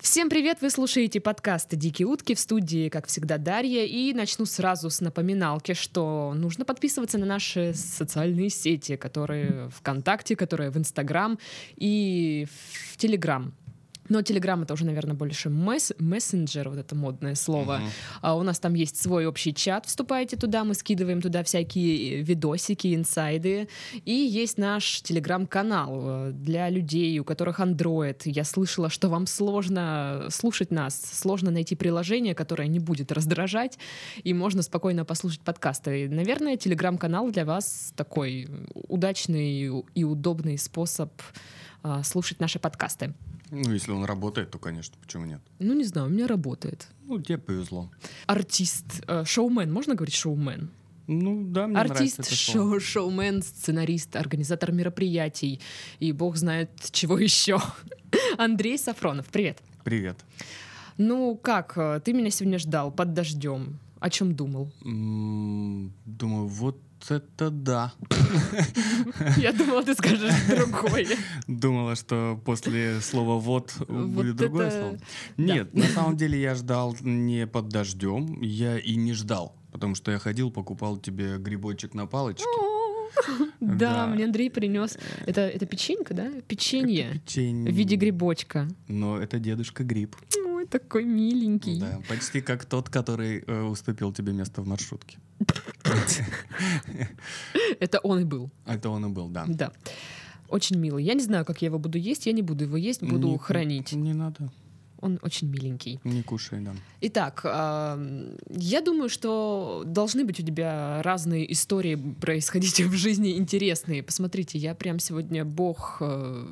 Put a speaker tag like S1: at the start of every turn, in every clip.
S1: Всем привет! Вы слушаете подкаст «Дикие утки» в студии, как всегда, Дарья. И начну сразу с напоминалки, что нужно подписываться на наши социальные сети, которые ВКонтакте, которые в Инстаграм и в Телеграм. Но Телеграм это уже, наверное, больше месс мессенджер, вот это модное слово.
S2: Мгм.
S1: А у нас там есть свой общий чат, вступайте туда, мы скидываем туда всякие э, видосики, инсайды. И есть наш телеграм-канал э, для людей, у которых Android. Я слышала, что вам сложно э, слушать нас, сложно найти приложение, которое не будет раздражать, и можно спокойно послушать подкасты. И, Наверное, телеграм-канал для вас такой э, удачный и удобный способ а, слушать наши подкасты.
S2: Ну, если он работает, то, конечно, почему нет?
S1: Ну, не знаю, у меня работает.
S2: Ну, тебе повезло.
S1: Артист, э, шоумен, можно говорить шоумен?
S2: Ну, да, мне нравится
S1: Артист,
S2: это
S1: шоу,
S2: слово.
S1: шоумен, сценарист, организатор мероприятий и бог знает чего еще. Андрей Сафронов, привет.
S2: Привет.
S1: Ну как, э, ты меня сегодня ждал под дождем. О чем думал?
S2: М, Думаю, вот это да.
S1: Я думала, ты скажешь другое.
S2: Думала, что после слова «вот» будет
S1: Вот
S2: другое
S1: это-
S2: слово. Нет, на самом деле я ждал не под дождем, я и не ждал. Потому что я ходил, покупал тебе грибочек на палочке.
S1: Ну, Да,
S2: Да.
S1: мне Андрей принес. Это, это печенька, да? Печенье в
S2: Печенье.
S1: виде грибочка.
S2: Но это дедушка гриб.
S1: Ой, такой миленький.
S2: Да, почти как тот, который э, уступил тебе место в маршрутке.
S1: Это он и был.
S2: А Это он и был, да.
S1: Да. Очень милый. Я не знаю, как я его буду есть. Я не буду его есть, буду
S2: Не-
S1: хранить.
S2: Не надо,
S1: Он очень миленький.
S2: не кушай, да.
S1: Итак, эм, я думаю, что должны быть у тебя разные истории происходить в жизни интересные. Посмотрите, я прям сегодня бог э,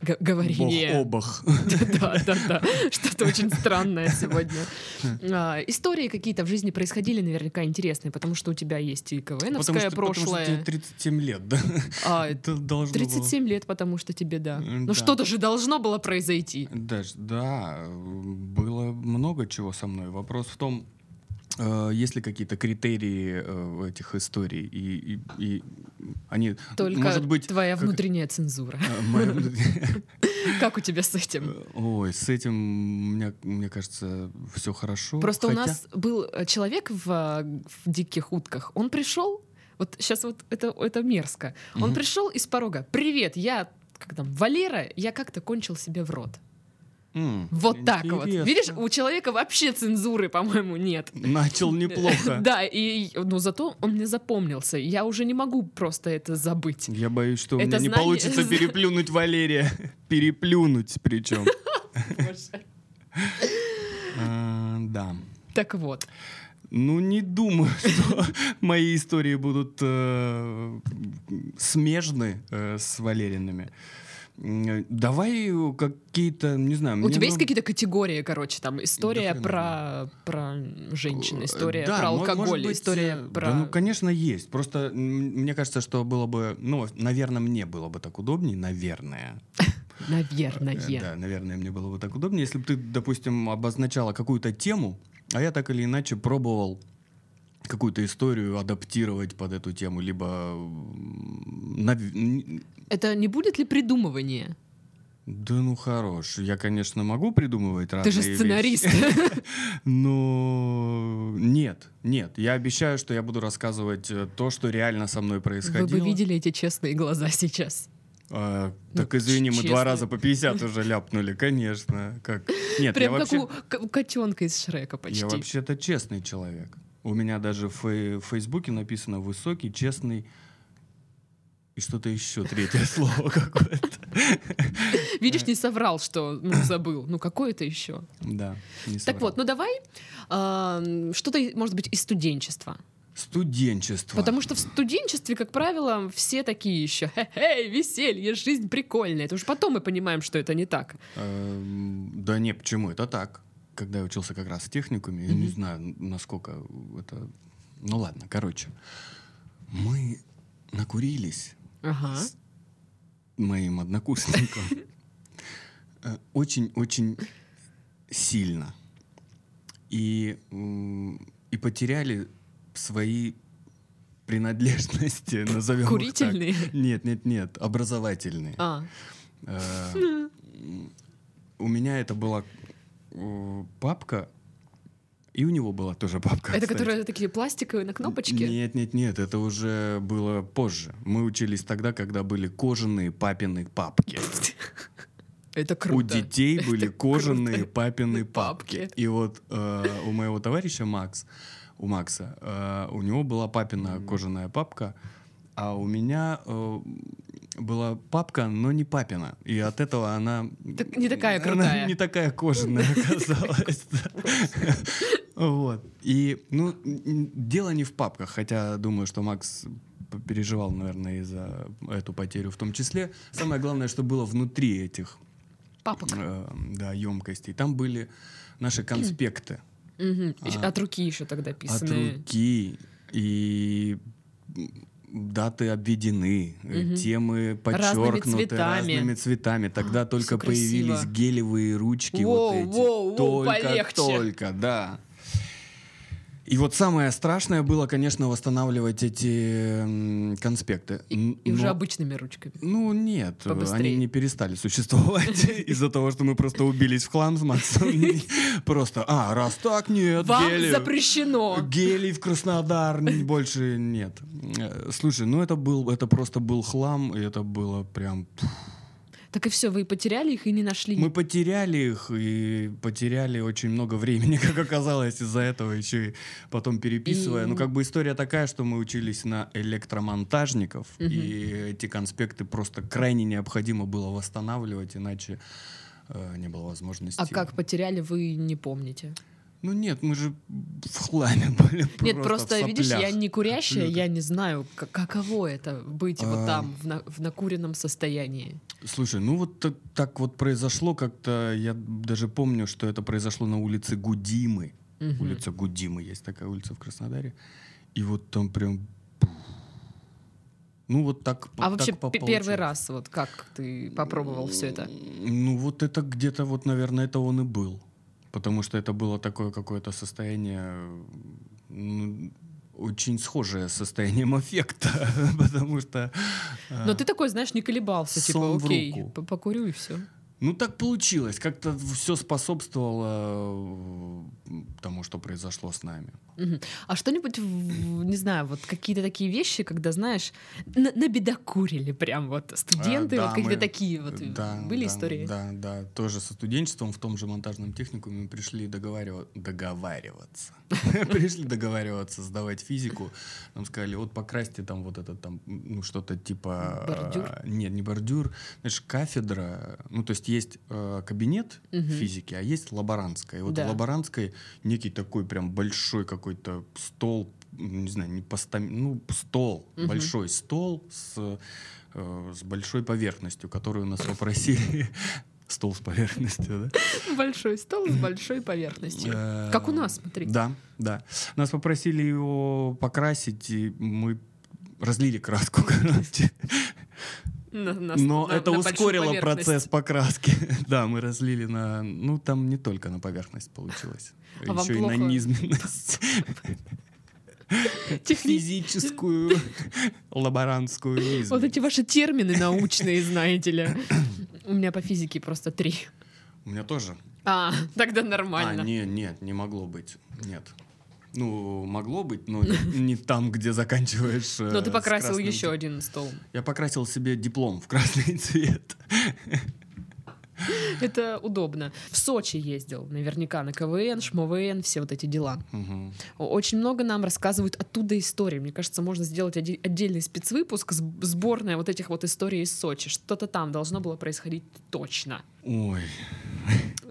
S1: г- говорения.
S2: Бог обох.
S1: Да, да, да. Что-то очень странное сегодня. А, Истории какие-то в жизни происходили наверняка интересные, потому что у тебя есть и КВНовское
S2: Потому что тебе
S1: прошлое.
S2: 37 лет, да?
S1: а,
S2: Это должно было-
S1: 37 лет, потому что тебе, да.
S2: М,
S1: Ну
S2: да.
S1: что-то же должно было произойти.
S2: Даш, да, э, было много чего со мной. Вопрос в том, э, есть ли какие-то критерии э, этих историй? И, и- и они...
S1: Только
S2: может быть,
S1: твоя
S2: как-
S1: внутренняя цензура.
S2: э, моя-
S1: Как у тебя с этим?
S2: Ой, с этим, мне, мне кажется, все хорошо.
S1: Просто у
S2: Ну, Хотя-
S1: нас был э, человек в, э, в диких утках. Он пришел, вот сейчас вот это, это мерзко. Он
S2: Мгм.
S1: пришел из порога. Привет, я как там, Валера, я как-то кончил себе в рот.
S2: М,
S1: Вот так вот.
S2: интересно.
S1: Видишь, у человека вообще цензуры, по-моему, нет.
S2: Начал неплохо.
S1: Да, и но зато он мне запомнился. Я уже не могу просто это забыть.
S2: Я боюсь, что у
S1: Это
S2: меня не
S1: знание-
S2: получится
S1: зна-
S2: переплюнуть Валерия. Переплюнуть причем.
S1: Боже.
S2: А, Да.
S1: Так вот.
S2: Ну, не думаю, что мои истории будут э, смежны э, с Валериными. М, Давай какие-то, не знаю...
S1: У
S2: мне
S1: тебя есть
S2: нужно-
S1: какие-то категории, короче, там история
S2: хрена
S1: про, про женщин, история
S2: Э, да,
S1: про
S2: мо- может
S1: алкоголь,
S2: быть,
S1: история
S2: э,
S1: про.
S2: Да, ну, конечно, есть. Просто м, мне кажется, что было бы... Ну, наверное, мне было бы так удобнее, наверное.
S1: Наверное.
S2: Э, Да, наверное, мне было бы так удобнее, если бы ты, допустим, обозначала какую-то тему, а я так или иначе пробовал какую-то историю адаптировать под эту тему, либо м, нав- н-
S1: Это не будет ли придумывание?
S2: да ну хорош, я конечно могу придумывать разные
S1: Ты же
S2: вещи.
S1: сценарист.
S2: но нет, нет, я обещаю, что я буду рассказывать э, то, что реально со мной
S1: Вы
S2: происходило.
S1: бы видели эти честные глаза сейчас.
S2: А,
S1: Ну,
S2: так извини, мы
S1: честно.
S2: два раза по 50 уже ляпнули, конечно, как нет,
S1: Прям
S2: я
S1: как
S2: вообще...
S1: у к- у котенка из Шрека почти.
S2: Я вообще-то честный человек. У меня даже в, фей- в Фейсбуке написано высокий, честный и что-то еще третье слово какое-то.
S1: Видишь, не соврал, что ну, забыл. Ну какое это еще?
S2: Да. не
S1: Так
S2: соврал.
S1: вот, ну давай ам, что-то, может быть, из студенчества.
S2: Студенчество.
S1: Потому что в студенчестве, как правило, все такие еще. Эй, веселье, жизнь прикольная. Это уже потом мы понимаем, что это не так.
S2: Эм, Да не, почему? Это так. Когда я учился как раз в техникуме, я не
S1: Мгм.
S2: знаю, насколько это... Ну ладно, короче. Мы накурились
S1: Ага.
S2: с моим однокурсником. Э, Очень-очень сильно. И, м, и потеряли свои принадлежности, назовем их так.
S1: Курительные.
S2: Нет, нет, нет, образовательные.
S1: А.
S2: Э, м, Э, у меня это была э, папка, и у него была тоже папка.
S1: Это
S2: кстати.
S1: которые такие пластиковые на кнопочке?
S2: Нет, нет, нет, это уже было позже. Мы учились тогда, когда были кожаные папины папки.
S1: Это
S2: У
S1: круто.
S2: детей были
S1: круто.
S2: кожаные папины
S1: Папки.
S2: папки. И вот э, у моего товарища Макс, у Макса, э, у него была папина кожаная папка, а у меня э, была папка, но не папина. И от этого она...
S1: Так- не такая
S2: она
S1: крутая.
S2: не такая кожаная оказалась. да. Вот. И, ну, н- дело не в папках, хотя думаю, что Макс п- переживал, наверное, из-за эту потерю в том числе. Самое главное, что было внутри этих
S1: Папок.
S2: э, да, емкостей. Там были наши конспекты
S1: Мгм.
S2: А.
S1: От руки еще тогда
S2: от
S1: писаны.
S2: руки и м, даты обведены, э,
S1: Мгм.
S2: темы
S1: Разными
S2: подчеркнуты разными
S1: цветами. А,
S2: цветами. Тогда только
S1: всё красиво.
S2: появились гелевые ручки вот
S1: Воу,
S2: эти.
S1: воу, воу,
S2: только,
S1: полегче.
S2: только, да. И вот самое страшное было, конечно, восстанавливать эти м, конспекты.
S1: И, и
S2: Н-
S1: уже
S2: но-
S1: обычными ручками.
S2: ну нет, э,
S1: Побыстрее.
S2: они не перестали существовать из-за того, что мы просто убились в хлам с Максом. Просто, а, раз так, нет,
S1: Вам
S2: гели. Э,
S1: запрещено!
S2: Гелий в Краснодар н- больше нет. Э, Слушай, ну это был, это просто был хлам, и это было прям. пф.
S1: Так и все, вы потеряли их и не нашли. А
S2: Мы потеряли их и потеряли очень много времени, как оказалось, из-за этого еще и потом переписывая.
S1: И-
S2: Ну как бы история такая, что мы учились на электромонтажников,
S1: Мгм.
S2: и эти конспекты просто крайне необходимо было восстанавливать, иначе э, не было возможности.
S1: А как потеряли, вы не помните.
S2: Ну нет, мы же в хламе были.
S1: Нет,
S2: в
S1: просто, видишь, я
S2: соплях.
S1: не курящая,
S2: Люто.
S1: я не знаю, к- каково это быть вот
S2: А.
S1: там, в, на- в накуренном состоянии.
S2: Слушай, ну вот та- так вот произошло как-то. Я даже помню, что это произошло на улице Гудимы.
S1: Мгм.
S2: Улица Гудимы есть такая улица в Краснодаре. И вот там прям. Ну вот так. вот
S1: А
S2: так
S1: вообще
S2: по-
S1: пе- первый
S2: получилось.
S1: раз вот как ты попробовал все это?
S2: Ну вот это где-то вот, наверное, это он и был. Потому что это было такое какое-то состояние, э, ну, очень схожее с состоянием аффекта, потому что... э,
S1: Но ты такой, знаешь, не колебался,
S2: Сом
S1: типа,
S2: в
S1: окей,
S2: руку.
S1: по- покурю и все.
S2: Ну, так получилось. Как-то все способствовало э, тому, что произошло с нами.
S1: А что-нибудь, в- не знаю, вот какие-то такие вещи, когда, знаешь, на- набедокурили прям вот студенты,
S2: А, да,
S1: вот какие-то
S2: мы-
S1: такие вот
S2: Да,
S1: были
S2: да,
S1: истории?
S2: Да, да. Тоже со студенчеством в том же монтажном техникуме мы пришли договариваться. Договариваться. Пришли договариваться, сдавать физику. Нам сказали, вот покрасьте там вот это там, ну, что-то типа... э,
S1: Бордюр?
S2: Нет, не бордюр. Знаешь, кафедра. Ну, то есть есть э, кабинет
S1: Мгм.
S2: физики, а есть лаборантская. И вот
S1: Да.
S2: в лаборантской некий такой прям большой какой-то стол, м, не знаю, не постам- ну, стол,
S1: Мгм.
S2: большой стол с, э, с большой поверхностью, которую нас попросили. Стол с поверхностью, да?
S1: Большой стол с большой поверхностью.
S2: Э,
S1: Как у нас, смотри.
S2: Да, да. Нас попросили его покрасить, и мы разлили краску, короче.
S1: На- на-
S2: Но
S1: на-
S2: это
S1: на большую
S2: ускорило
S1: поверхность.
S2: процесс покраски. Да, мы разлили на... Ну, там не только на поверхность получилось.
S1: А вам
S2: Еще и на
S1: плохо?
S2: низменность.
S1: Техни-
S2: Физическую, лаборантскую
S1: Вот
S2: низменность.
S1: эти ваши термины научные, знаете ли. У меня по физике просто три.
S2: У меня тоже.
S1: А, тогда
S2: А,
S1: нормально.
S2: не, нет, не могло быть. Нет. Ну, могло быть, но не, не там, где заканчиваешь. э,
S1: Но ты покрасил еще
S2: еще
S1: один стол.
S2: Я покрасил себе диплом в красный цвет.
S1: Это удобно. В Сочи ездил, наверняка, на КВН, ШМВН, все вот эти дела.
S2: Мгм.
S1: О- Очень много нам рассказывают оттуда истории. Мне кажется, можно сделать оде- отдельный спецвыпуск, сб- сборная вот этих вот историй из Сочи. Что-то там должно было происходить точно.
S2: Ой.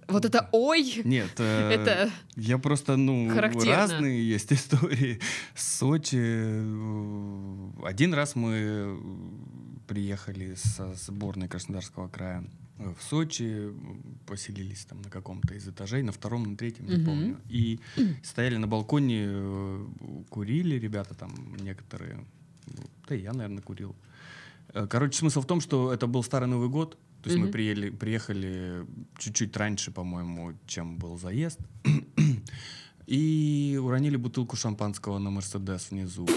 S1: Вот это ой!
S2: Нет. э,
S1: Это
S2: Я просто, ну,
S1: Характерно.
S2: разные есть истории. Сочи. э, Один раз мы э, приехали со сборной Краснодарского края э, в Сочи, э, поселились там на каком-то из этажей, на втором, на третьем, не
S1: Мгм.
S2: помню. И стояли на балконе, э, курили ребята там некоторые. Ну, Да и я, наверное, курил. Э, Короче, смысл в том, что это был Старый Новый год. То есть мы
S1: Мгм.
S2: приели- приехали чуть-чуть раньше, по-моему, чем был заезд. И уронили бутылку шампанского на Мерседес внизу.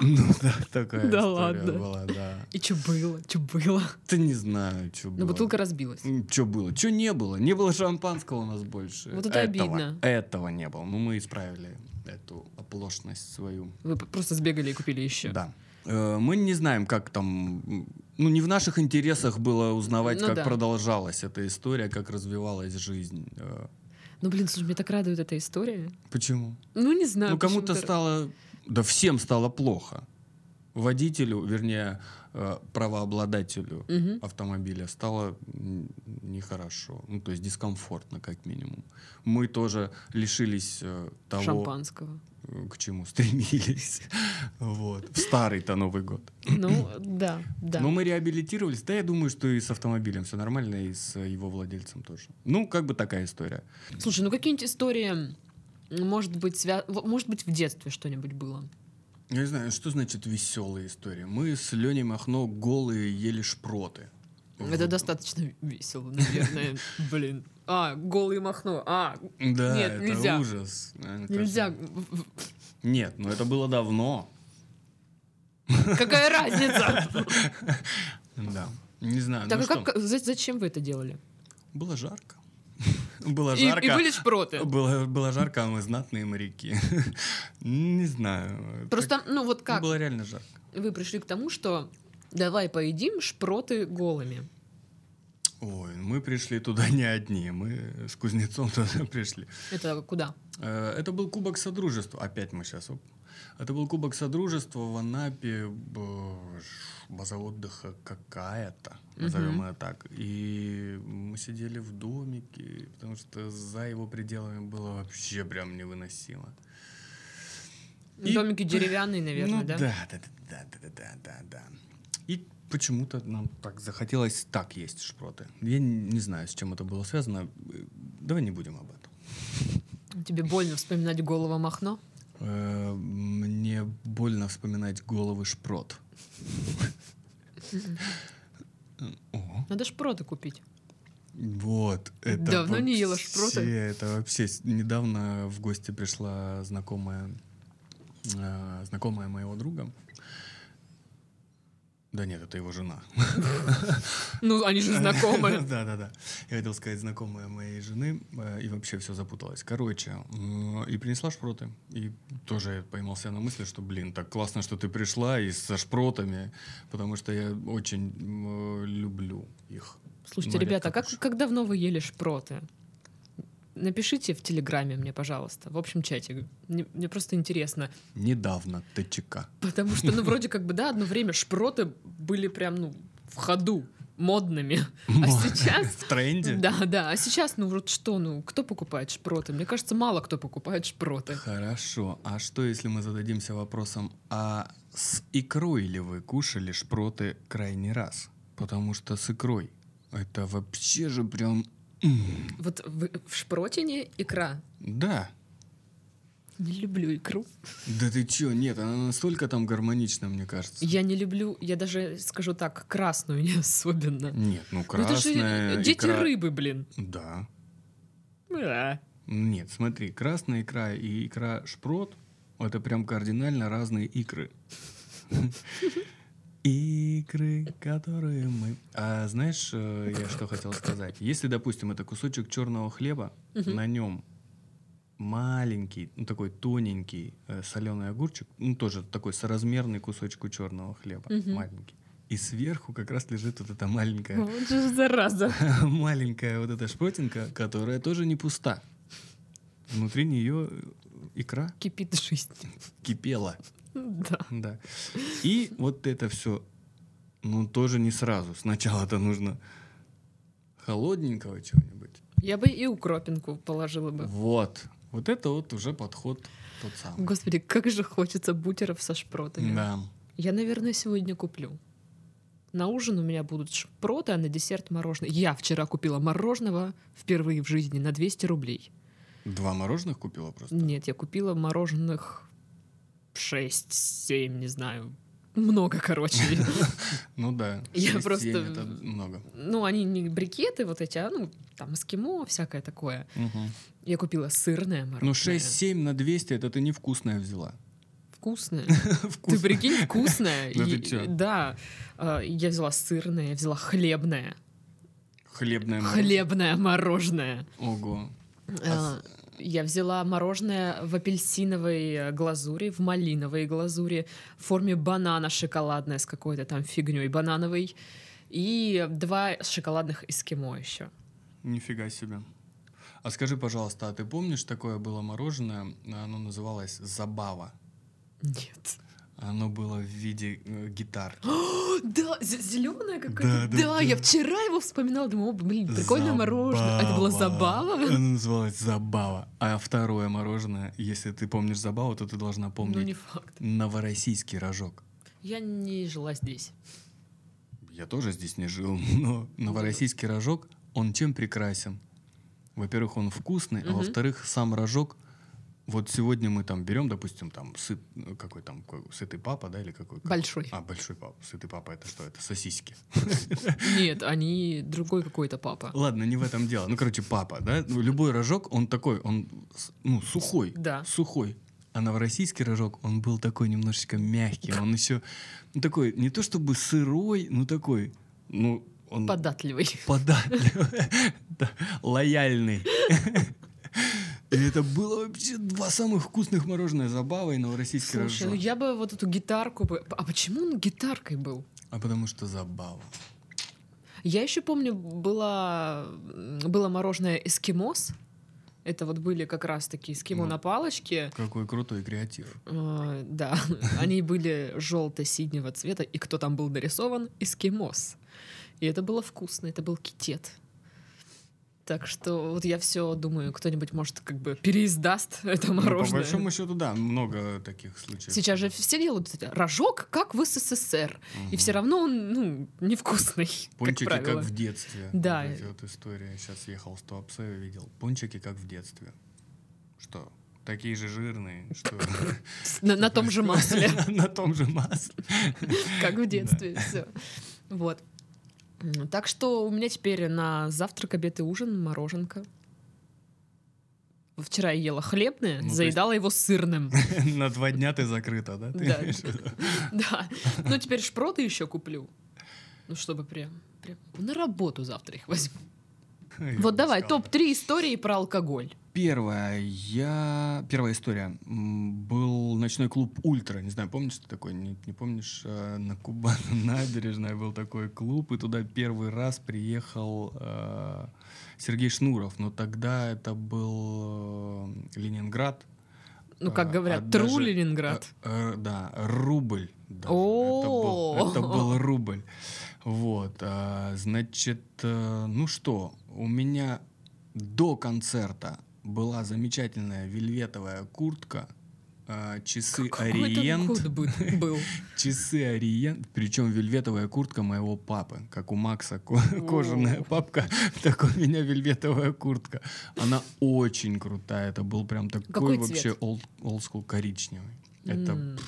S2: Ну да, такая
S1: Да
S2: история
S1: ладно.
S2: была, да.
S1: И что было? Что было?
S2: Да не знаю, что было.
S1: Ну, бутылка разбилась.
S2: Что было? Что не было? Не было шампанского у нас больше.
S1: Вот это
S2: Этого-
S1: обидно.
S2: Этого не было. Ну, мы исправили эту оплошность свою.
S1: Вы п- просто сбегали и купили еще.
S2: Да. Э, Мы не знаем, как там... м, Ну, не в наших интересах было узнавать,
S1: Ну
S2: как
S1: да.
S2: продолжалась эта история, как развивалась жизнь. Э,
S1: Ну, блин, слушай, меня так радует эта история.
S2: Почему?
S1: Ну, не знаю.
S2: ну, кому-то
S1: почему-то-
S2: стало... Да всем стало плохо. Водителю, вернее, э, правообладателю
S1: Мгм.
S2: автомобиля стало м, нехорошо. Ну, то есть дискомфортно, как минимум. Мы тоже лишились э, того,
S1: Шампанского.
S2: э, к чему стремились. Вот. В старый-то Новый год.
S1: Ну, да, да.
S2: Но мы реабилитировались. Да, я думаю, что и с автомобилем все нормально, и с э, его владельцем тоже. Ну, как бы такая история.
S1: Слушай, ну какие-нибудь истории, м, может быть, свя... в- может быть, в детстве что-нибудь было.
S2: Я не знаю, что значит веселая история. Мы с Леней Махно голые ели шпроты.
S1: Это достаточно весело, наверное. Блин. А, голый махно. А,
S2: Да,
S1: Нет,
S2: это
S1: нельзя.
S2: ужас. Э, Это
S1: нельзя.
S2: же- Нет, но это было давно.
S1: Какая разница?
S2: Да. Не знаю.
S1: Так а
S2: ну что?
S1: как, за- зачем вы это делали?
S2: Было жарко. Было
S1: И,
S2: жарко.
S1: и были шпроты.
S2: Было, было жарко, а мы знатные моряки. Не знаю.
S1: Просто, ну вот
S2: Так,
S1: как,
S2: Было реально жарко.
S1: вы пришли к тому, что давай поедим шпроты голыми.
S2: Ой, мы пришли туда не одни, мы с кузнецом туда пришли.
S1: Это куда?
S2: Э, Это был Кубок Содружества. Опять мы сейчас... Это был Кубок Содружества в Анапе, б- ш- база отдыха какая-то, назовем
S1: Мгм.
S2: ее так. И мы сидели в домике, потому что за его пределами было вообще прям невыносимо. И-
S1: Домики деревянные, наверное,
S2: ну,
S1: да?
S2: Да, да, да, да, да, да, да, да. И почему-то нам так захотелось так есть шпроты. Я н- не знаю, с чем это было связано. Э, Давай не будем об этом.
S1: Тебе больно вспоминать голого махно?
S2: Э, Мне больно вспоминать головы шпрот. О,
S1: Надо шпроты купить.
S2: Вот. Это
S1: Давно не ела
S2: вообще-
S1: шпроты?
S2: Это вообще... с- Недавно в гости пришла знакомая, э, знакомая моего друга. Да нет, это его жена.
S1: Ну, они же знакомые.
S2: Да, да, да. Я хотел сказать знакомая моей жены, э, и вообще все запуталось. Короче, м, и принесла шпроты. И тоже я поймался на мысли, что, блин, так классно, что ты пришла и со шпротами, потому что я очень м, люблю их.
S1: Слушайте,
S2: Мария,
S1: ребята, а
S2: как
S1: как,
S2: уж.
S1: как давно вы ели шпроты? Напишите в Телеграме мне, пожалуйста, в общем чате. Мне, мне просто интересно.
S2: Недавно ТЧК.
S1: Потому что, ну, вроде как бы, да, одно время шпроты были прям, ну, в ходу, модными. А сейчас...
S2: В тренде?
S1: Да, да. А сейчас, ну, вот что, ну, кто покупает шпроты? Мне кажется, мало кто покупает шпроты.
S2: Хорошо. А что, если мы зададимся вопросом, а с икрой ли вы кушали шпроты крайний раз? Потому что с икрой это вообще же прям... м,
S1: Вот в, в шпротине икра.
S2: Да.
S1: Не люблю икру.
S2: Да ты чё? Нет, она настолько там гармонична, мне кажется.
S1: Я не люблю, я даже скажу так, красную не особенно.
S2: Нет, ну
S1: Ну, это же
S2: красная
S1: дети
S2: икра-
S1: рыбы, блин.
S2: Да.
S1: Да.
S2: Нет, смотри, красная икра и икра шпрот — это прям кардинально разные икры. Икры, которые мы... А знаешь, э, я что хотел сказать? Если, допустим, это кусочек черного хлеба,
S1: Мгм.
S2: на нем маленький, ну такой тоненький э, соленый огурчик, ну тоже такой соразмерный кусочку черного хлеба,
S1: Мгм.
S2: маленький. И сверху как раз лежит вот эта маленькая
S1: Вот же ж зараза.
S2: маленькая вот эта шпротинка, которая тоже не пуста. Внутри нее икра
S1: Кипит жизнь.
S2: кипела.
S1: Да.
S2: Да. И вот это все, ну, тоже не сразу. Сначала-то нужно холодненького чего-нибудь.
S1: Я бы и укропинку положила бы.
S2: Вот. Вот это вот уже подход тот самый.
S1: Господи, как же хочется бутеров со шпротами.
S2: Да.
S1: Я, наверное, сегодня куплю. На ужин у меня будут шпроты, а на десерт мороженое. Я вчера купила мороженого впервые в жизни на 200 рублей.
S2: Два мороженых купила просто?
S1: Нет, я купила мороженых 6-7, не знаю. Много, короче.
S2: Ну да.
S1: Я
S2: Шесть,
S1: просто-
S2: семь Это много.
S1: Ну, они не брикеты вот эти, а ну, там, эскимо, всякое такое.
S2: Мгм.
S1: Я купила сырное мороженое.
S2: Ну, 6-7 на 200 это ты невкусное взяла.
S1: вкусное. Ты
S2: Вкусно.
S1: прикинь, вкусное.
S2: Да ты
S1: И-
S2: чё?
S1: Да. Э, Я взяла сырное, я взяла хлебное.
S2: Хлебное мороженое.
S1: Хлебное мороженое.
S2: Ого.
S1: Э,
S2: А
S1: Я взяла мороженое в апельсиновой э, глазури, в малиновой глазури, в форме банана шоколадное с какой-то там фигней банановой. И два шоколадных эскимо еще.
S2: Нифига себе. А скажи, пожалуйста, а ты помнишь, такое было мороженое, оно называлось «Забава».
S1: Нет.
S2: Оно было в виде э, гитар.
S1: Да, зеленая какая-то. Да,
S2: Да, да, да.
S1: я вчера его вспоминала, думала, «О, блин, прикольное мороженое. А Это была забава.
S2: Оно называлось «Забава». А второе мороженое, если ты помнишь «Забаву», то ты должна
S1: Ну,
S2: помнить
S1: не факт.
S2: «Новороссийский рожок».
S1: Я не жила здесь.
S2: Я тоже здесь не жил, но новороссийский рожок, он чем прекрасен? Во-первых, он вкусный, а
S1: Мгм.
S2: во-вторых, сам рожок. Вот сегодня мы там берем, допустим, там сыт, э, какой там ко- сытый папа, да, или какой? какой?
S1: Большой.
S2: А большой папа, сытый папа это что? Это сосиски.
S1: Нет, они другой какой-то папа.
S2: Ладно, не в этом дело. Ну, короче, папа, да? Ну, Любой рожок, он такой, он с- ну сухой,
S1: Да.
S2: сухой. А новороссийский рожок, он был такой немножечко мягкий, он еще ну, такой не то чтобы сырой, но такой, ну он
S1: Податливый.
S2: податливый, да, лояльный. И это было вообще два самых вкусных мороженое забава и новороссийский
S1: Слушай, ну
S2: рожок.
S1: я бы вот эту гитарку бы... А почему он гитаркой был?
S2: А потому что забава.
S1: Я еще помню, было, было мороженое эскимос. Это вот были как раз такие эскимо
S2: Ну.
S1: на палочке.
S2: Какой крутой креатив.
S1: Э, да, они были желто-синего цвета. И кто там был нарисован? Эскимос. И это было вкусно, это был китет. Так что вот я все думаю, кто-нибудь, может, как бы переиздаст это
S2: Ну, по
S1: мороженое.
S2: большому счету, да, много таких случаев.
S1: Сейчас же все делают кстати, рожок, как в СССР. И
S2: Мгм.
S1: все равно он, ну, невкусный,
S2: Пончики
S1: как
S2: как,
S1: правило.
S2: в детстве.
S1: Да.
S2: Вот эти вот история. Сейчас ехал в Туапсе и видел. Пончики как в детстве. Что? Такие же жирные, что
S1: С- На, на том же масле,
S2: на том же масле.
S1: как в детстве. Все. Вот. М, Так что у меня теперь на завтрак, обед и ужин мороженка. Вчера я ела хлебное,
S2: Ну, то есть-
S1: заедала его сырным.
S2: На два дня ты закрыта, да? Ты
S1: Да.
S2: имеешь в виду?
S1: Да. Ну, теперь шпроты еще куплю. Ну, чтобы прям, прям на работу завтра их возьму.
S2: Я
S1: Вот
S2: бы
S1: давай,
S2: сказал, да.
S1: топ-3 истории про алкоголь.
S2: Первая, я... Первая история. М, Был ночной клуб «Ультра». Не знаю, помнишь ты такой? Не, не помнишь? Э, На Кубан набережной был такой клуб, и туда первый раз приехал э, Сергей Шнуров. Но тогда это был э, Ленинград.
S1: Ну, как
S2: А, а
S1: говорят, тру
S2: даже-
S1: Ленинград.
S2: Э, э, да, рубль. даже.
S1: О.
S2: Это был, это был рубль. Вот, а, значит, э, ну что, у меня до концерта была замечательная вельветовая куртка, э, часы
S1: Какой это
S2: Ориент,
S1: год бы- был.
S2: часы Ориент, причем вельветовая куртка моего папы, как у Макса ко- кожаная
S1: О.
S2: папка, так у меня вельветовая куртка. Она очень крутая, это был прям такой
S1: Какой цвет?
S2: вообще олд- олдскул коричневый. Это
S1: М,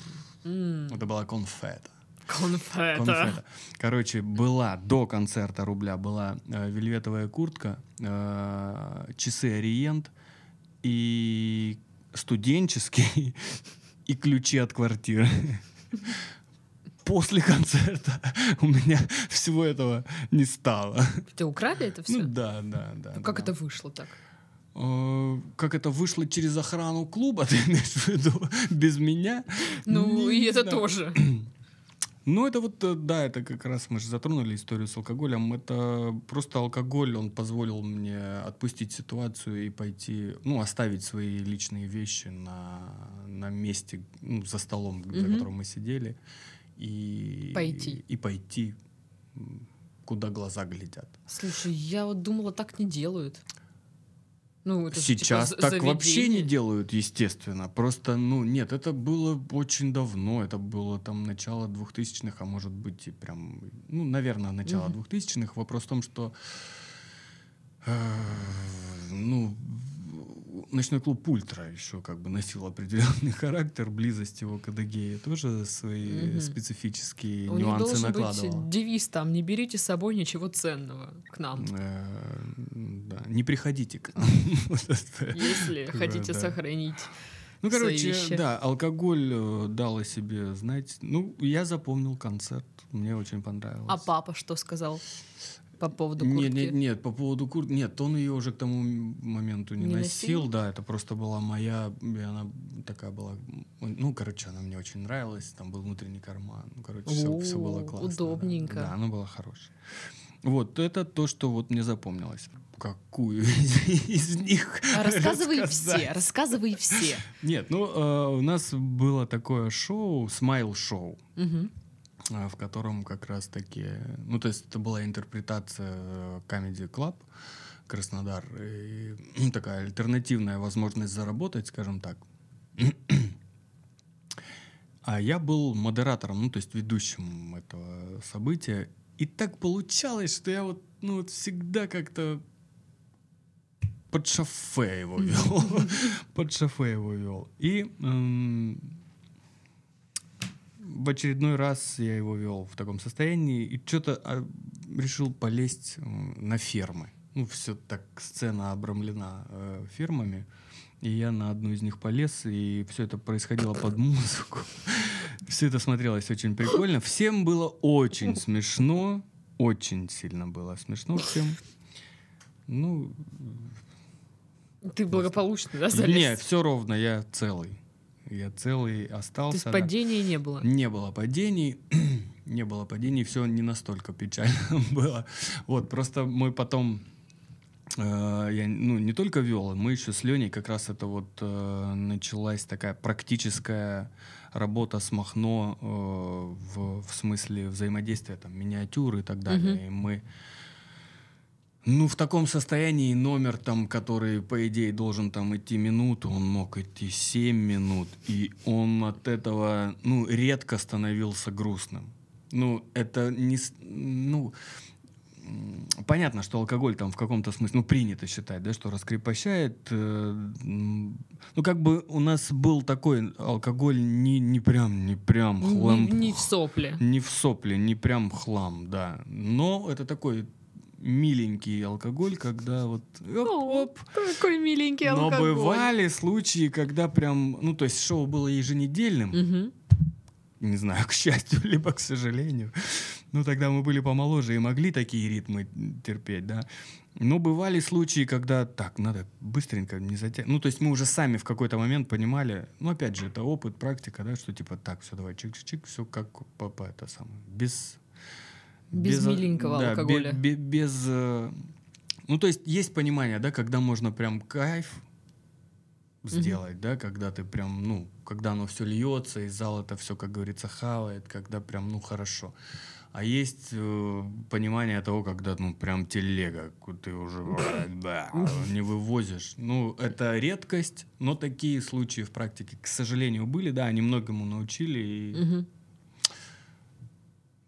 S1: м,
S2: это была конфета.
S1: Конфета.
S2: конфета. Короче, была до концерта рубля была э, вельветовая куртка, э, часы Ориент и студенческий и ключи от квартиры. После концерта у меня всего этого не стало.
S1: Ты украли это
S2: Ну
S1: все?
S2: да, да, да.
S1: Ну, Как
S2: да.
S1: это вышло так?
S2: Э, Как это вышло через охрану клуба, ты имеешь в виду, без меня?
S1: Ну,
S2: Не
S1: и это
S2: знаю.
S1: тоже.
S2: Ну, это вот, э, да, это как раз мы же затронули историю с алкоголем. Это просто алкоголь, он позволил мне отпустить ситуацию и пойти, ну, оставить свои личные вещи на, на месте, ну, за столом, за
S1: Мгм.
S2: которым мы сидели. И,
S1: Пойти.
S2: И, пойти, м, куда глаза глядят.
S1: Слушай, я вот думала, так не делают. Ну, это же, типа,
S2: Сейчас
S1: за-
S2: так вообще не
S1: заведение.
S2: делают, естественно. Просто, ну, нет, это было очень давно. Это было там начало 2000-х, а может быть и прям, ну, наверное, начало
S1: Мгм.
S2: 2000-х. Вопрос в том, что, э, ну, ночной клуб «Ультра» еще как бы носил определенный характер, близость его к Адыгее тоже свои
S1: Мгм.
S2: специфические
S1: У них
S2: нюансы
S1: должен
S2: накладывала.
S1: быть девиз там «Не берите с собой ничего ценного к нам».
S2: Э, да, Не приходите к нам.
S1: Если
S2: Такое,
S1: хотите
S2: да.
S1: сохранить
S2: Ну,
S1: свои
S2: короче,
S1: вещи.
S2: да, алкоголь э, дал о себе знать. Ну, я запомнил концерт, мне очень понравилось.
S1: А папа что сказал по поводу куртки?
S2: Нет, нет, нет, по поводу куртки, нет, он ее уже к тому м- моменту не,
S1: Не
S2: носил,
S1: носил?
S2: да, это просто была моя, и она такая была, м, ну, короче, она мне очень нравилась, там был внутренний карман, ну, короче, все, было
S1: О,
S2: классно. да.
S1: удобненько.
S2: Да, она была хорошая. Вот, это то, что вот мне запомнилось. Какую из, из них
S1: А Рассказывай все,
S2: рассказать?
S1: рассказывай все.
S2: Нет, ну, э, у нас было такое шоу, смайл-шоу.
S1: Мгм.
S2: а, в котором как раз-таки, ну, то есть это была интерпретация э, Comedy Club Краснодар, и ну, такая альтернативная возможность заработать, скажем так. А я был модератором, ну, то есть ведущим этого события, и так получалось, что я вот, ну, вот всегда как-то под шофе его вел. Под шофе его вел. И эм, в очередной раз я его вел в таком состоянии и что-то решил полезть м, на фермы. Ну, все так, сцена обрамлена э, фермами. И я на одну из них полез, и все это происходило под музыку. Все это смотрелось очень прикольно. Всем было очень смешно. Очень сильно было смешно всем. Ну,
S1: Ты благополучно, да, залез?
S2: нет, все ровно, я целый. Я целый
S1: То
S2: остался.
S1: есть
S2: да.
S1: падения не было.
S2: Не было падений, не было падений, все не настолько печально было. Вот, просто мы потом, э, я ну, не только вел, мы еще с Леней как раз это вот э, началась такая практическая работа с Махно э, в, в смысле взаимодействия, там, миниатюры и так далее.
S1: Мгм.
S2: И мы ну, в таком состоянии номер, там, который, по идее, должен там идти минуту, он мог идти 7 минут, и он от этого, ну, редко становился грустным. Ну, это не... с- Ну, м, понятно, что алкоголь там в каком-то смысле, ну, принято считать, да, что раскрепощает. э, м, ну, как бы у нас был такой алкоголь не, не прям, не прям
S1: Не,
S2: хлам.
S1: не в сопли.
S2: Не в сопли, не прям хлам, да. Но это такой миленький алкоголь, когда вот
S1: О,
S2: оп-оп.
S1: какой миленький
S2: Но
S1: алкоголь.
S2: бывали случаи, когда прям, ну то есть шоу было еженедельным,
S1: Мгм.
S2: не знаю, к счастью, либо к сожалению. Ну, тогда мы были помоложе и могли такие ритмы терпеть, да. Но бывали случаи, когда так, надо быстренько не затягивать. Ну, то есть мы уже сами в какой-то момент понимали, ну, опять же, это опыт, практика, да, что типа так, все, давай, чик-чик-чик, все как по, по- это самое, без...
S1: Без
S2: а-
S1: миленького
S2: да, бе-
S1: алкоголя.
S2: бе- без... э, Ну, то есть есть понимание, да, когда можно прям кайф сделать, да, когда ты прям, ну, когда оно все льется, и зал это все, как говорится, хавает, когда прям, ну, хорошо. А есть э, понимание того, когда, ну, прям телега, ку- ты уже бля, не вывозишь. Ну, это редкость, но такие случаи в практике, к сожалению, были, да, они многому научили, и
S1: Мгм.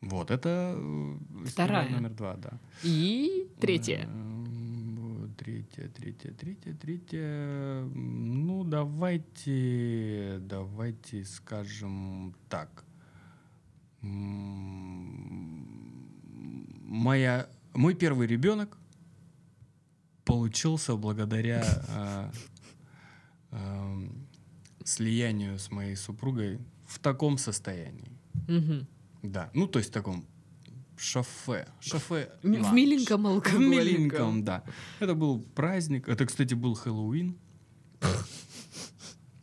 S2: вот это э, история
S1: Вторая.
S2: номер два, да.
S1: И третье.
S2: Эм, Третья, третья, третья, третья. М, Ну, давайте, давайте скажем так. М, Моя, мой первый ребенок получился благодаря э, эм, слиянию с моей супругой в таком состоянии.
S1: Мгм.
S2: Да, ну то есть в таком шофе. Шофе.
S1: М- В
S2: ланч.
S1: миленьком
S2: В
S1: алкоголе.
S2: миленьком, да. Это был праздник. Это, кстати, был Хэллоуин.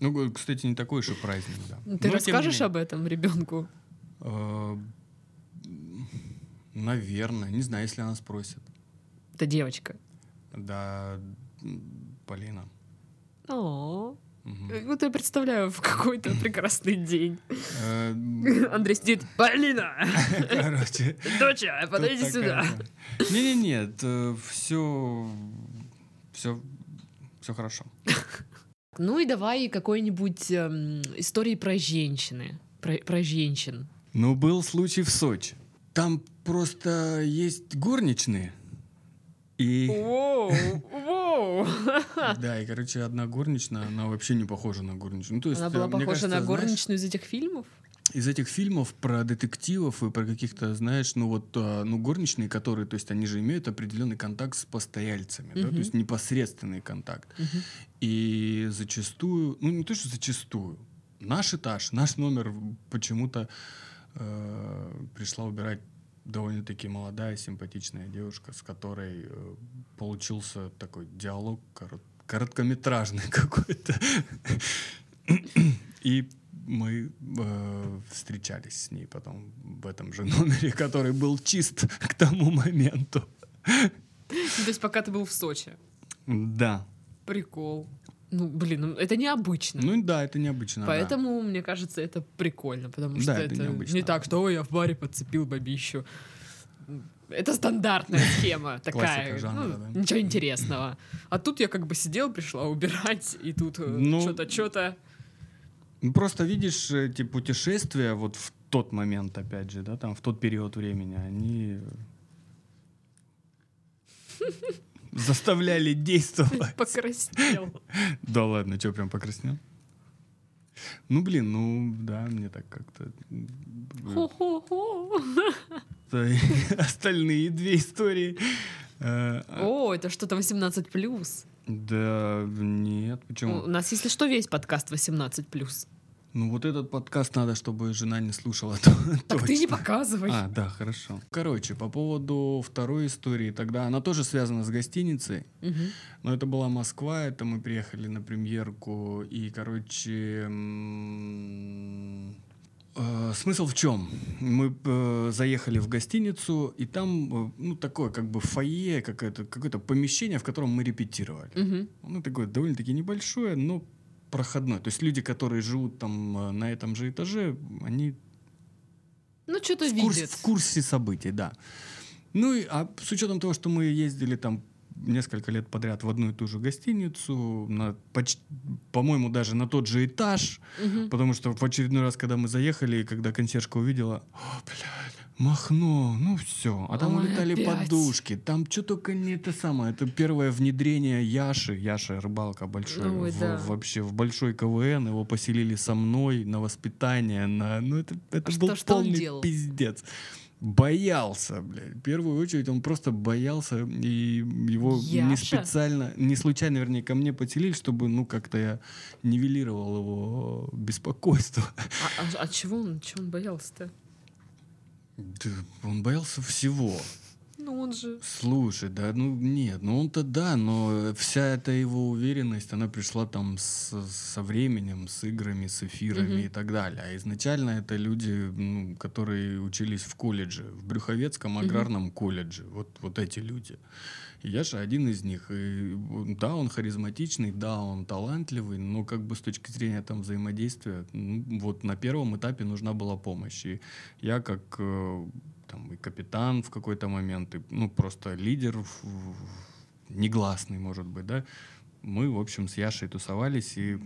S2: Ну, г- кстати, не такой уж и праздник, да.
S1: Ну,
S2: Но,
S1: Ты
S2: Ну, тем не
S1: расскажешь
S2: менее.
S1: об этом ребенку?
S2: Э, Наверное, не знаю, если она спросит.
S1: Это девочка.
S2: Да, м, Полина.
S1: О,
S2: Мгм.
S1: Э, вот я представляю в какой-то прекрасный день.
S2: Э, м,
S1: Андрей сидит, Полина,
S2: Э, Короче,
S1: доча, подойди
S2: Тут
S1: сюда.
S2: такая, да. Не-не-нет, э, все, все, все хорошо.
S1: Ну и давай какой-нибудь эм, истории про женщины. Про, про женщин.
S2: Ну, был случай в Сочи. Там просто есть горничные. И,
S1: Воу, воу.
S2: да, и, короче, одна горничная, она вообще не похожа на горничную. Ну, то есть,
S1: Она
S2: э,
S1: была
S2: мне
S1: похожа
S2: кажется,
S1: на
S2: знаешь,
S1: горничную из этих фильмов?
S2: из этих фильмов про детективов и про каких-то, знаешь, ну вот, а, ну горничные, которые, то есть они же имеют определенный контакт с постояльцами, да, то
S1: Мгм.
S2: есть непосредственный контакт.
S1: Мгм.
S2: И зачастую, ну не то, что зачастую, наш этаж, наш номер почему-то э, пришла убирать довольно-таки молодая, симпатичная девушка, с которой э, получился такой диалог корот- короткометражный какой-то. И мы э, встречались с ней потом в этом же номере, который был чист к тому моменту.
S3: Ну, То есть пока ты был в Сочи.
S2: Да.
S3: Прикол.
S1: Ну, блин, ну, это необычно.
S2: Ну да, это необычно. да.
S1: Поэтому
S3: Ну, мне кажется, это прикольно, потому
S2: Да,
S3: что
S2: это
S3: это,
S2: необычно.
S3: не так, что «Ой, я в баре подцепил бабищу.
S1: это стандартная схема
S2: Классика
S1: такая.
S2: жанра,
S1: ну,
S2: да.
S1: Ничего интересного.
S3: А тут я как бы сидел, пришла убирать, и тут
S1: э,
S2: Ну,
S3: что-то, что-то.
S2: Ну, Просто видишь эти путешествия вот в тот момент, опять же, да, там в тот период времени, они э, заставляли действовать.
S3: Покраснел.
S2: Да ладно, что, прям покраснел? Ну, блин, ну, да, мне так как-то... э,
S1: Хо-хо-хо.
S2: да, и э, Остальные две истории. э, а-
S1: О, это что-то 18 плюс.
S2: Да, нет,
S1: У
S2: почему?
S1: нас, если что, весь подкаст 18 плюс.
S2: Ну, вот этот подкаст надо, чтобы жена не слушала. то-
S1: Так ты не
S2: точно.
S1: показывай.
S2: А, да, хорошо. Короче, по поводу второй истории, тогда она тоже связана с гостиницей,
S1: Мгм.
S2: но это была Москва, это мы приехали на премьерку, и, короче, м, э, смысл в чем? Мы э, заехали в гостиницу, и там, э, ну, такое как бы фойе, какое-то, какое-то помещение, в котором мы репетировали.
S1: Мгм.
S2: Ну, такое довольно-таки небольшое, но проходное. То есть люди, которые живут там э, на этом же этаже, они
S1: Ну, что-то
S2: в, курс-
S1: видит.
S2: в курсе событий, да. Ну и а с учетом того, что мы ездили там несколько лет подряд в одну и ту же гостиницу, на поч- по-моему, даже на тот же этаж,
S1: Мгм.
S2: потому что в очередной раз, когда мы заехали, и когда консьержка увидела, «О, блядь, Махно, ну все. А там
S1: Ой,
S2: улетали
S1: опять.
S2: подушки, там что только не это самое. Это первое внедрение Яши, Яша рыбалка большой,
S1: Ой,
S2: в-
S1: Ну, да.
S2: вообще в большой КВН, его поселили со мной на воспитание, на... Ну это, это
S1: А что-
S2: был
S1: что он
S2: полный
S1: делал?
S2: пиздец. Боялся, блядь. В первую очередь он просто боялся, и его не
S1: Яша?
S2: специально, не случайно, вернее, ко мне поселили, чтобы, ну, как-то я нивелировал его беспокойство.
S1: А, а- а чего он, чего он боялся-то?
S2: Да, он боялся всего.
S3: Ну, он же...
S2: Слушай, да, ну нет, ну он-то да, но вся эта его уверенность, она пришла там с- со временем, с играми, с эфирами
S1: Мгм.
S2: и так далее. А изначально это люди, ну, которые учились в колледже, в Брюховецком аграрном колледже, вот, вот эти люди. И Я же один из них. И, м, да, он харизматичный, да, он талантливый, но как бы с точки зрения там взаимодействия, ну, вот на первом этапе нужна была помощь. И я как э, там и капитан в какой-то момент, и, ну просто лидер в- в- негласный, может быть, да. Мы, в общем, с Яшей тусовались и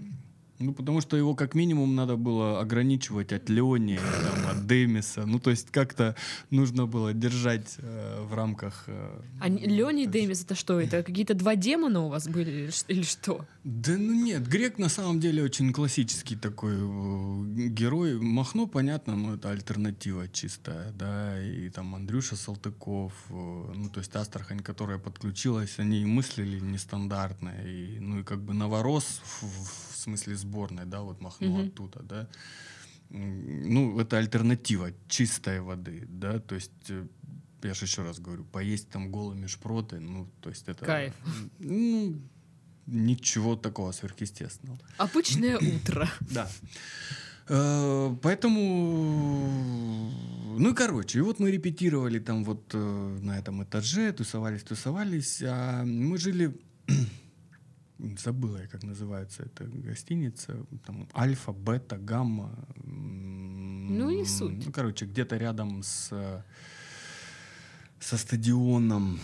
S2: ну, потому что его как минимум надо было ограничивать от Леони, там, от Демиса. Ну, то есть как-то нужно было держать э, в рамках... э,
S1: А Леони и
S2: то есть-
S1: Демис это что? Это какие-то два демона у вас были или ш- или что?
S2: Да ну нет, Грек на самом деле очень классический такой э, герой. Махно, понятно, но это альтернатива чистая, да, и там Андрюша Салтыков, э, ну то есть Астрахань, которая подключилась, они и мыслили нестандартно, и, ну и как бы новорос в, в- в смысле сборной, да, вот Махно
S1: Мгм.
S2: оттуда, да. М, Ну, это альтернатива чистой воды, да, то есть э, я же еще раз говорю, поесть там голыми шпроты, ну, то есть это...
S1: Кайф.
S2: Ну, Ничего такого сверхъестественного.
S1: Обычное утро.
S2: Да. Э, Поэтому, ну и короче, и вот мы репетировали там вот э, на этом этаже, тусовались, тусовались, а мы жили, забыла я, как называется эта гостиница, там Альфа, Бета, Гамма. м,
S1: Ну, не суть.
S2: Ну, короче, где-то рядом с э, со стадионом.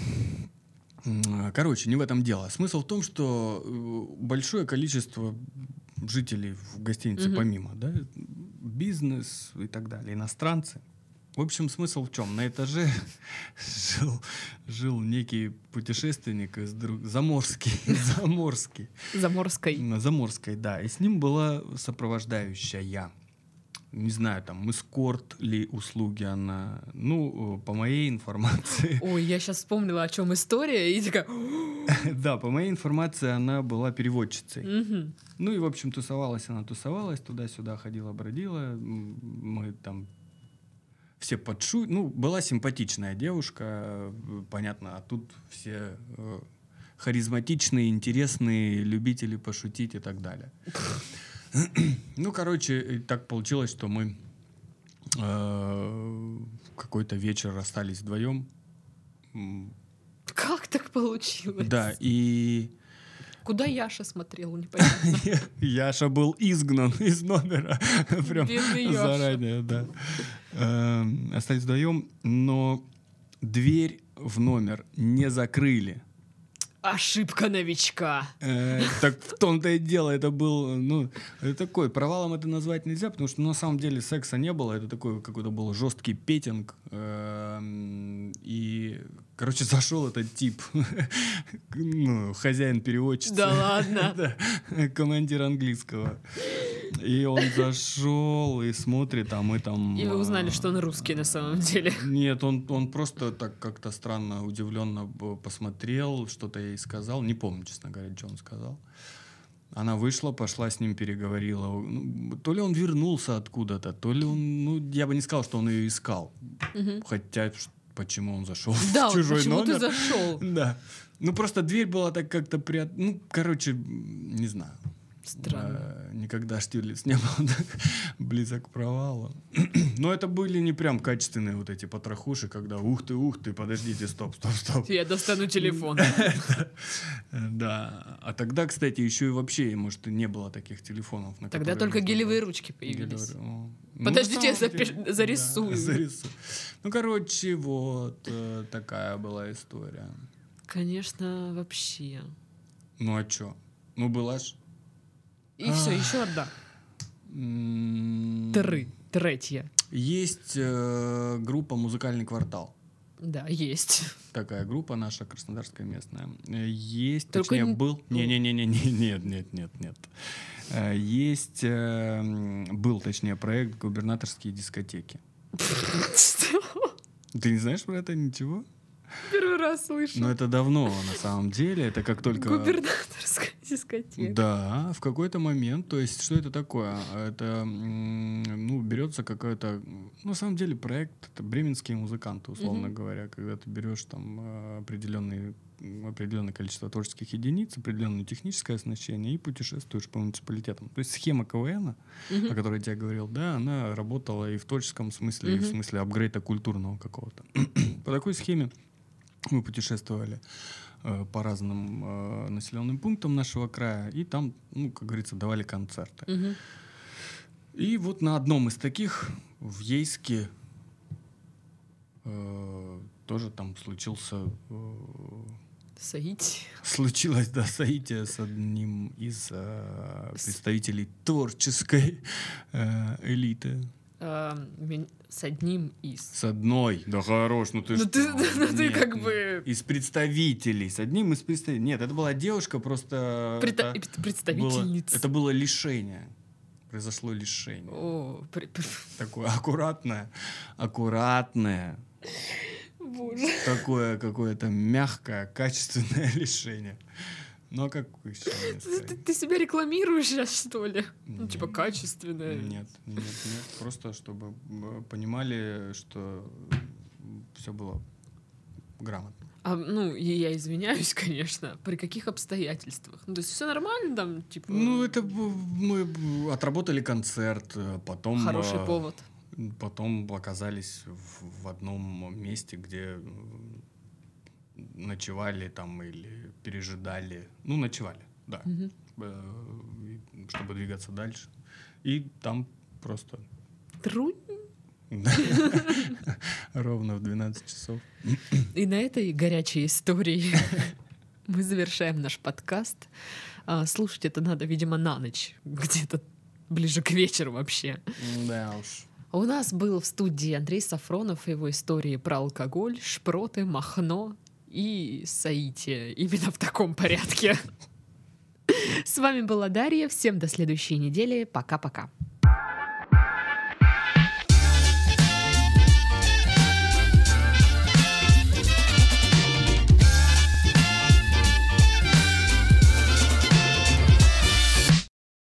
S2: М, Короче, не в этом дело. Смысл в том, что э, большое количество жителей в гостинице,
S1: Мгм.
S2: помимо, да, бизнес и так далее, иностранцы. В общем, смысл в чем? На этаже жил, жил некий путешественник из друг... Заморский. Заморский.
S1: Заморской.
S2: На Заморской, да. И с ним была сопровождающая. не знаю, там, эскорт ли услуги она. Ну, э, по моей информации,
S3: Ой, я сейчас вспомнила, о чем история, и такая...
S2: да, по моей информации она была переводчицей.
S3: «Мгм».
S2: Ну и, в общем, тусовалась она, тусовалась, туда-сюда ходила, бродила. М, Мы там все подшу... Ну, была симпатичная девушка, э, понятно, а тут все э, харизматичные, интересные, любители пошутить и так далее. Ну, короче, и так получилось, что мы э, в какой-то вечер расстались вдвоем. М,
S3: Как так получилось?
S2: Да, и
S3: Куда Яша смотрел, непонятно.
S2: Яша был изгнан из номера. Прям
S3: Бедный Яша.
S2: заранее, да. Эм, Остались вдвоем, но дверь в номер не закрыли.
S3: Ошибка новичка.
S2: Э, Так в том-то и дело, это был, ну, это такой, провалом это назвать нельзя, потому что ну, на самом деле секса не было, это такой какой-то был жесткий петинг, эм, и, короче, зашел этот тип, ну, хозяин переводчица.
S3: Да ладно.
S2: Да, командир английского. И он зашел и смотрит, а мы там...
S3: И вы узнали,
S2: э,
S3: что он русский на самом деле.
S2: Нет, он, он просто так как-то странно, удивленно б- посмотрел, что-то ей сказал. Не помню, честно говоря, что он сказал. Она вышла, пошла с ним, переговорила. Ну, то ли он вернулся откуда-то, то ли он... Ну, я бы не сказал, что он ее искал.
S3: Мгм.
S2: Хотя, ш- почему он зашел
S3: Да,
S2: в
S3: вот
S2: чужой
S3: почему ты
S2: номер?
S3: зашел?
S2: Да. Ну, просто дверь была так как-то прият... Ну, короче, м, не знаю.
S3: Странно.
S2: Э, Никогда Штирлиц не был так близок к провалу. Но это были не прям качественные вот эти потрохуши, когда ух ты, ух ты, подождите, стоп, стоп, стоп.
S3: Я достану телефон.
S2: Э, Да. А тогда, кстати, еще и вообще, может, и не было таких телефонов. На
S3: Тогда
S2: которые
S3: только
S2: можно
S3: гелевые
S2: было-
S3: ручки появились.
S2: Гелевые, о. Ну,
S3: Подождите,
S2: на
S3: я
S2: самом
S3: запиш-
S2: деле, да,
S3: зарисую.
S2: зарисую. Ну, короче, вот э, такая была история.
S3: Конечно, вообще.
S2: Ну, а чё? Ну, была ж...
S3: И все, еще одна.
S2: м,
S1: Тры. Третья.
S2: Есть э, группа «Музыкальный квартал».
S1: Да, есть.
S2: Такая группа наша, краснодарская местная. Э, Есть,
S1: Только
S2: точнее,
S1: не-
S2: был... Не-не-не-не, нет, нет, нет, нет. Э, Есть, э, м, был, точнее, проект «Губернаторские дискотеки». Ты не знаешь про это ничего?
S3: Первый раз слышу.
S2: Но это давно, на самом деле. Это как Ну, только...
S3: Губернаторская дискотека.
S2: Да, в какой-то момент, то есть что это такое? Это, м, ну, берется какая-то, ну, на самом деле проект, это бременские музыканты, условно
S3: Мгм.
S2: говоря, когда ты берешь там э, определенные м, определенное количество творческих единиц, определенное техническое оснащение и путешествуешь по муниципалитетам. То есть схема КВН, о
S3: Мгм.
S2: которой я тебе говорил, да, она работала и в творческом смысле, и в
S3: Мгм.
S2: смысле апгрейда культурного какого-то. По такой схеме мы путешествовали э, по разным э, населенным пунктам нашего края, и там, ну, как говорится, давали концерты.
S3: Мгм.
S2: И вот на одном из таких в Ейске э, тоже там случился э,
S3: Саити.
S2: случилось да, соитие с одним из э, представителей творческой э, элиты.
S3: А, мен- С одним из.
S2: С одной. Да хорош, ну ты
S3: Ну
S2: что?
S3: ты- ну ты
S2: Нет,
S3: как
S2: нет.
S3: бы-
S2: Из представителей, с одним из представителей. Нет, это была девушка, просто...
S3: Прита-
S2: это
S3: и
S2: А, было-
S3: Представительница.
S2: Это было лишение. Произошло лишение.
S3: О, при- при-
S2: Такое аккуратное, аккуратное,
S3: боже.
S2: такое какое-то мягкое, качественное лишение. Ну а как еще
S3: Ты,
S2: не сказать?
S3: ты- ты себя рекламируешь сейчас, что ли? Ну,
S2: Нет.
S3: типа, качественное.
S2: Нет, нет, нет. Просто чтобы м, понимали, что все было грамотно.
S3: А, ну, и я извиняюсь, конечно. При каких обстоятельствах? Ну, то есть все нормально там, типа...
S2: Ну, это б- мы б- отработали концерт, э, потом...
S3: Хороший
S2: э,
S3: повод.
S2: Потом оказались в, в одном месте, где м, ночевали там или пережидали. Ну, ночевали, да.
S3: Мгм.
S2: Э, и- чтобы двигаться дальше. И там просто
S1: Тру.
S2: ровно в 12 часов.
S1: И на этой горячей истории мы завершаем наш подкаст. А, Слушать это надо, видимо, на ночь, где-то ближе к вечеру вообще.
S2: Да уж.
S1: А У нас был в студии Андрей Сафронов и его истории про алкоголь, шпроты, махно и саити. Именно в таком порядке. С вами была Дарья. Всем до следующей недели. Пока-пока.